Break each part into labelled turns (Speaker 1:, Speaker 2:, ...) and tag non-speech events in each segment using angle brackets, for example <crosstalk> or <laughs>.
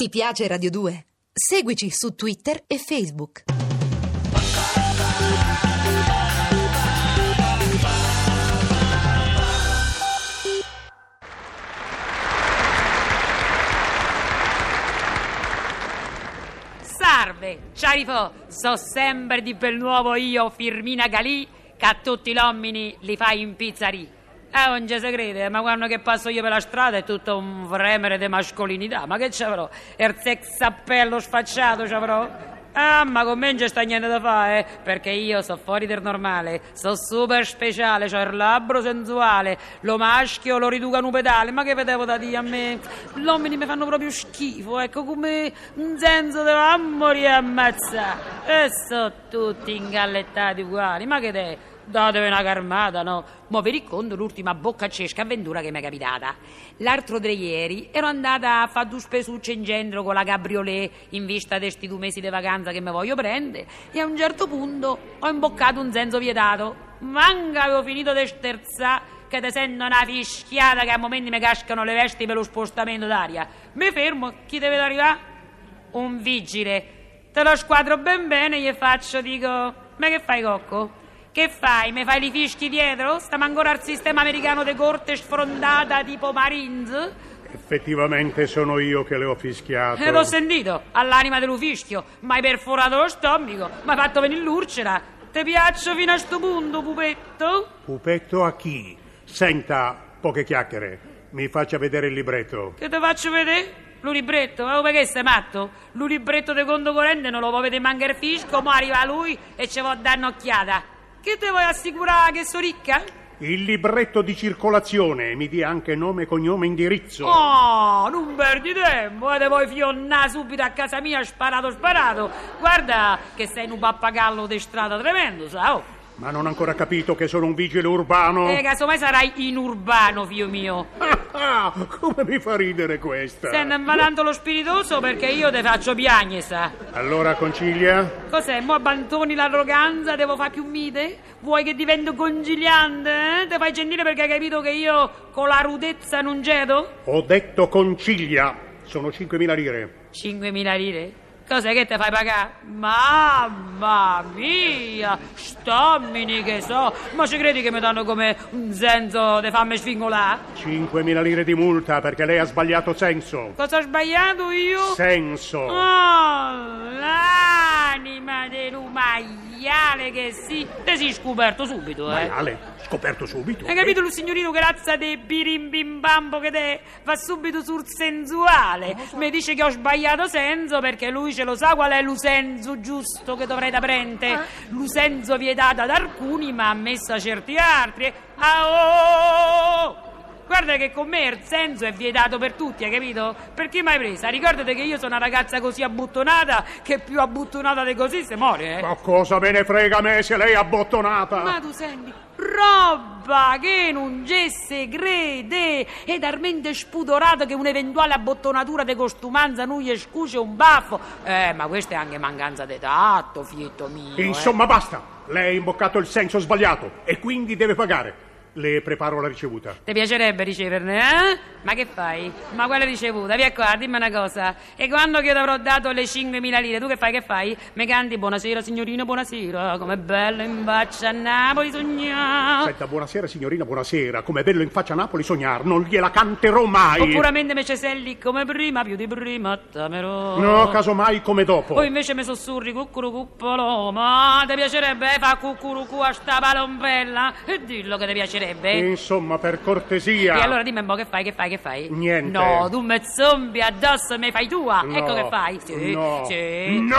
Speaker 1: Ti piace Radio 2? Seguici su Twitter e Facebook.
Speaker 2: Salve, Ciarifo, so sempre di bel nuovo io, Firmina Galì, che a tutti gli uomini li fai in pizzarì. Eh, non ci si crede, ma quando che passo io per la strada è tutto un fremere di mascolinità. Ma che c'avrò? Il sex appello sfacciato c'avrò? Ah, ma con me non c'è sta niente da fare, eh, perché io so fuori del normale, so super speciale, c'ho il labbro sensuale, lo maschio, lo riduca un pedale, ma che vedevo da dire a me? Gli uomini mi fanno proprio schifo, ecco come un senso di mamma e ammazza. E so tutti ingallettati uguali, ma che te? Datevi una carmata, no? Mo vi ricordo l'ultima boccaccesca avventura che mi è capitata. L'altro di ieri ero andata a fare due spesucce in genero con la cabriolet in vista di sti due mesi di vacanza che mi voglio prendere e a un certo punto ho imboccato un senso vietato. Manca avevo finito di sterzare che te sento una fischiata che a momenti mi cascano le vesti per lo spostamento d'aria. Mi fermo, chi deve arrivare? un vigile. Te lo squadro ben bene e gli faccio, dico, ma che fai cocco? Che fai? Mi fai li fischi dietro? Stiamo ancora al sistema americano de corte sfrondata tipo Marines?
Speaker 3: Effettivamente sono io che le ho fischiato.
Speaker 2: E Eh, l'ho sentito, all'anima dello fischio, mi hai perforato lo stomaco, mi hai fatto venire l'urcera. Ti piaccio fino a sto punto, pupetto?
Speaker 3: Pupetto a chi? Senta, poche chiacchiere. Mi faccia vedere il libretto.
Speaker 2: Che te faccio vedere? Lo libretto, ma perché sei matto? Lo libretto di conto corrente non lo può vedere manca il fisco, ma arriva lui e ci vuol dare un'occhiata. Che te vuoi assicurare che sono ricca?
Speaker 3: Il libretto di circolazione, mi dia anche nome, cognome, indirizzo.
Speaker 2: Oh, non perdi tempo, e te vuoi fionnare subito a casa mia sparato sparato. Guarda che sei un pappagallo di strada tremendo, sa? Oh.
Speaker 3: Ma non ho ancora capito che sono un vigile urbano.
Speaker 2: E Eh, casomai sarai in urbano, figlio mio.
Speaker 3: Ah, ah, <laughs> come mi fa ridere questa.
Speaker 2: Stai invalando lo spiritoso perché io te faccio piagne, sa?
Speaker 3: Allora, concilia?
Speaker 2: Cos'è? Mo abbandoni l'arroganza? Devo fare più mite? Vuoi che divento congigliante? Eh? Te fai gentile perché hai capito che io con la rudezza non cedo?
Speaker 3: Ho detto concilia. Sono 5.000 lire.
Speaker 2: 5.000 lire? Cos'è che te fai pagare? Mamma mia! Stommini che so! Ma ci credi che mi danno come un senso di farmi sfingolare?
Speaker 3: 5.000 lire di multa perché lei ha sbagliato senso.
Speaker 2: Cosa ho sbagliato io?
Speaker 3: Senso.
Speaker 2: Ah. Oh, l'anima dell'umaiale che si... Te si scoperto subito, eh.
Speaker 3: Ale, scoperto subito.
Speaker 2: Hai capito il signorino che razza di birimbambambo che te va subito sul sensuale? Mi dice che ho sbagliato senso perché lui ce lo sa qual è l'usenzo giusto che dovrei da prendere. L'usenzo vietato ad alcuni ma ammesso a certi altri. Ah, oh, oh, oh, oh. Guarda che con me il senso è vietato per tutti, hai capito? Per chi mai presa? Ricordate che io sono una ragazza così abbottonata che più abbottonata di così se muore, eh?
Speaker 3: Ma cosa me ne frega a me se lei è abbottonata?
Speaker 2: Ma tu senti, roba che non c'è segrete è talmente spudorato che un'eventuale abbottonatura di costumanza non gli scuce un baffo. Eh, ma questa è anche mancanza di tatto, fietto mio. eh.
Speaker 3: Insomma, basta. Lei ha imboccato il senso sbagliato e quindi deve pagare. Le preparo la ricevuta.
Speaker 2: Ti piacerebbe riceverne, eh? Ma che fai? Ma quale ricevuta? Via qua, dimmi una cosa. E quando che io ti avrò dato le 5.000 lire, tu che fai, che fai? Mi canti buonasera signorino, buonasera, come bello in faccia a Napoli sognare.
Speaker 3: Senta, buonasera signorina, buonasera. Com'è bello in faccia a Napoli sognar, non gliela canterò mai.
Speaker 2: Oppure me mi ceselli come prima, più di prima, tamerò.
Speaker 3: No, casomai come dopo.
Speaker 2: Oh. Poi invece mi sussurri cucurucu paloma, ti piacerebbe eh, fa cucurucu a sta palombella? E dillo che ti piacerebbe.
Speaker 3: Insomma, per cortesia.
Speaker 2: E allora dimmi un po' che fai, che fai, che fai?
Speaker 3: Niente.
Speaker 2: No, tu mi zombi addosso e mi fai tua.
Speaker 3: No.
Speaker 2: Ecco che fai. Sì,
Speaker 3: No.
Speaker 2: sì.
Speaker 3: No.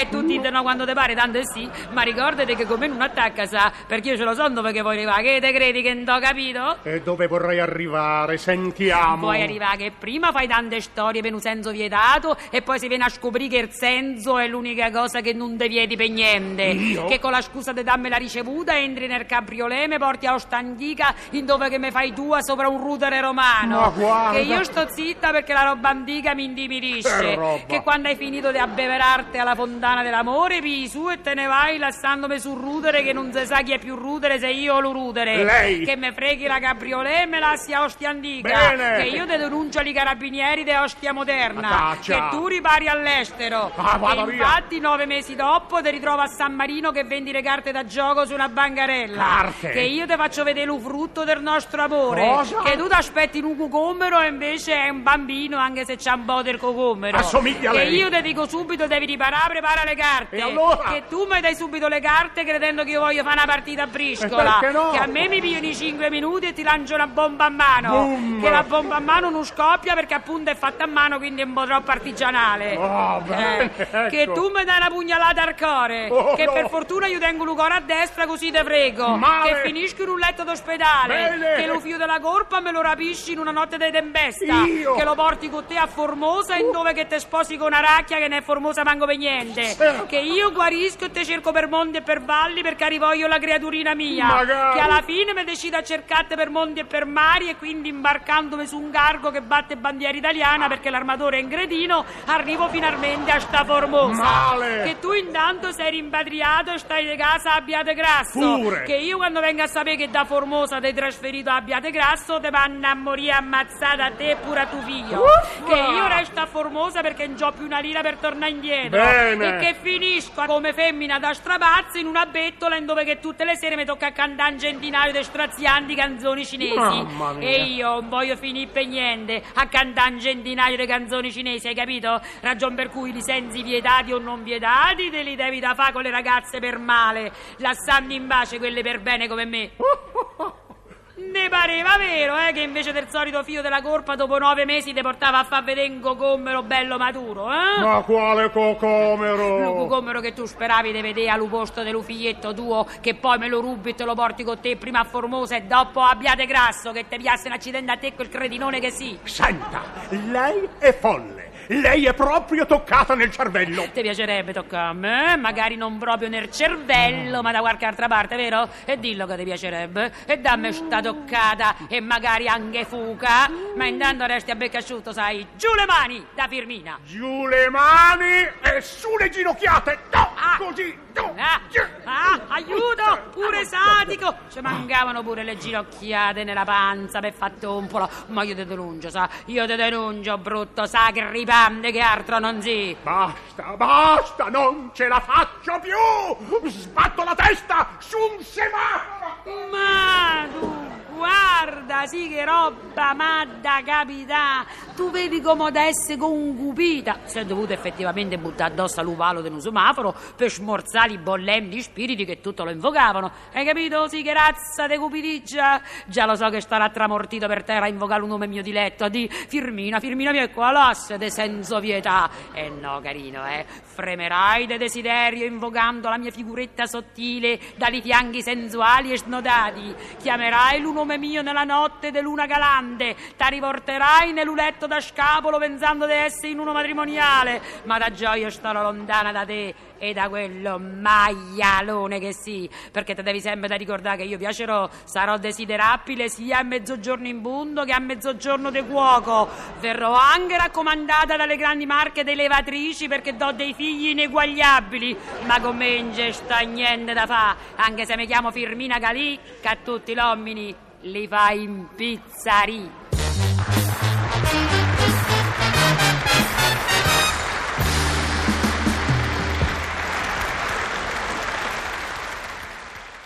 Speaker 2: Eh, tu ti no quando ti pare, tanto è sì. Ma ricordati che con me non attacca, sa, perché io ce lo so dove che vuoi arrivare. Che te credi che non t'ho capito?
Speaker 3: E dove vorrei arrivare? Sentiamo.
Speaker 2: Vuoi arrivare che prima fai tante storie per un senso vietato e poi si viene a scoprire che il senso è l'unica cosa che non devieti per niente.
Speaker 3: Io?
Speaker 2: Che con la scusa di darmi la ricevuta entri nel cabriolet, mi porti allo stand dica in dove che mi fai tua sopra un rudere romano.
Speaker 3: Ma guarda.
Speaker 2: Che io sto zitta perché la roba antica mi intimidisce.
Speaker 3: Che roba.
Speaker 2: Che quando hai finito di abbeverarti alla fontana dell'amore, pii su e te ne vai lasciandomi sul rudere che non si sa chi è più rudere, se io o lo rudere.
Speaker 3: Lei.
Speaker 2: Che me freghi la cabriolet e me lasci a Ostia Antica.
Speaker 3: Bene.
Speaker 2: Che io te denuncio i carabinieri di Ostia Moderna.
Speaker 3: Taccia.
Speaker 2: Che tu ripari all'estero.
Speaker 3: Ah, vada
Speaker 2: e
Speaker 3: via.
Speaker 2: infatti nove mesi dopo ti ritrovo a San Marino che vendi le carte da gioco su una bancarella.
Speaker 3: Carte?
Speaker 2: Che io ti faccio vedere un frutto del nostro amore.
Speaker 3: Cosa?
Speaker 2: Che tu ti aspetti un cucomero e invece è un bambino anche se c'è un po' del cucomero.
Speaker 3: Assomiglia a
Speaker 2: Che
Speaker 3: lei.
Speaker 2: io ti dico subito devi riparare, prepara le carte.
Speaker 3: E allora?
Speaker 2: Che tu mi dai subito le carte credendo che io voglio fare una partita a briscola.
Speaker 3: E perché no?
Speaker 2: Che a me mi pigliano i 5 minuti e ti lancio una bomba a mano.
Speaker 3: Boom!
Speaker 2: Che la bomba a mano non scoppia perché appunto è fatta a mano quindi è un po' troppo artigianale.
Speaker 3: Ah,
Speaker 2: Eh,
Speaker 3: bene, ecco.
Speaker 2: Che tu mi dai una pugnalata al cuore.
Speaker 3: Oh,
Speaker 2: che
Speaker 3: no.
Speaker 2: per fortuna io tengo un cuore a destra così te frego.
Speaker 3: Male.
Speaker 2: Che finisco in un letto d'ospedale.
Speaker 3: Bene.
Speaker 2: Che lo fio della colpa me lo rapisci in una notte di tempesta.
Speaker 3: Io. Uh.
Speaker 2: Che lo porti con te a Formosa in dove che te sposi con una racchia che ne è Formosa manco per niente.
Speaker 3: Eh.
Speaker 2: Che io guarisco e te cerco per monti e per valli perché rivoglio la creaturina mia.
Speaker 3: Magari.
Speaker 2: Che alla fine mi decido a cercarti per monti e per mari e quindi imbarcandomi su un cargo che batte bandiera italiana perché l'armatore è in gredino, arrivo finalmente a sta Formosa.
Speaker 3: Male.
Speaker 2: Che tu intanto sei rimpatriato e stai di casa a Abbiate Grasso.
Speaker 3: Pure.
Speaker 2: Che io quando vengo a sapere che da Formosa ti hai trasferito a Abbiate Grasso, te vanno a morire ammazzata a te e pure a tuo figlio.
Speaker 3: Uffa.
Speaker 2: Che io resto a Formosa perché non ho più una lira per tornare indietro.
Speaker 3: Bene.
Speaker 2: E che finisco come femmina da strapazzo in una bettola in dove che tutte le sere mi tocca cantare un centinaio di strazianti canzoni cinesi.
Speaker 3: Mamma mia.
Speaker 2: E io non voglio finire per niente a cantare un centinaio di canzoni cinesi, hai capito? Ragion per cui i licenzi vietati o non vietati te li devi da fa con le ragazze per male, lasciando in pace quelle per bene come me.
Speaker 3: <laughs>
Speaker 2: Ne pareva vero, eh, che invece del solito fio della colpa dopo nove mesi ti portava a far vedere un cocommero bello maturo, eh?
Speaker 3: Ma quale
Speaker 2: Lo
Speaker 3: cocomero!
Speaker 2: cucomero che tu speravi di vedere al posto dello figlietto tuo, che poi me lo rubi e te lo porti con te prima a Formosa e dopo abbiate grasso che ti piasse un accidente a te quel credinone che sì.
Speaker 3: Senta, lei è folle. Lei è proprio toccata nel cervello.
Speaker 2: Ti piacerebbe toccare a me, magari non proprio nel cervello, ma da qualche altra parte, vero? E dillo che ti piacerebbe, e dammi sta toccata, e magari anche fuca, ma intanto resti a becca asciutto, sai, giù le mani da Firmina.
Speaker 3: Giù le mani e su le ginocchiate. No,
Speaker 2: Ah.
Speaker 3: così. No.
Speaker 2: Ah, ah, aiuto! Pure
Speaker 3: sati
Speaker 2: sadico! Ci mancavano pure le ginocchiate nella panza per far tompola. Ma io te denuncio, sa? Io te denuncio, brutto sacripante che altro non si.
Speaker 3: Basta, basta, non ce la faccio più! Sbatto la testa su un semaforo!
Speaker 2: Ma tu, guarda, sì che roba madda capità! Tu vedi come da essere concupita! Si è dovuto effettivamente buttare addosso all'uvalo di un semaforo per smorzare i bollenti spiriti che tutto lo invocavano. Hai capito? Sì che razza de cupidigia! Già lo so che starà tramortito per terra a invocare un nome mio diletto, di Firmina, Firmina mia, qua l'asse de senso pietà! E no, carino, eh, fremerai de desiderio invocando la mia figuretta sottile dali fianchi sensuali e snodati. Chiamerai il nome mio nella notte de luna galante, ta riporterai nell'uletto da scapolo pensando di essere in uno matrimoniale, ma da gioia starò lontana da te e da quello maialone che sì, perché te devi sempre da ricordare che io piacerò, sarò desiderabile sia a mezzogiorno in bundo che a mezzogiorno de cuoco. Verrò anche raccomandata dalle grandi marche delle levatrici perché do dei figli ineguagliabili, ma con me in gesta niente da fa, anche se mi chiamo Firmina Galì, che a tutti gli uomini li fa impizzarì.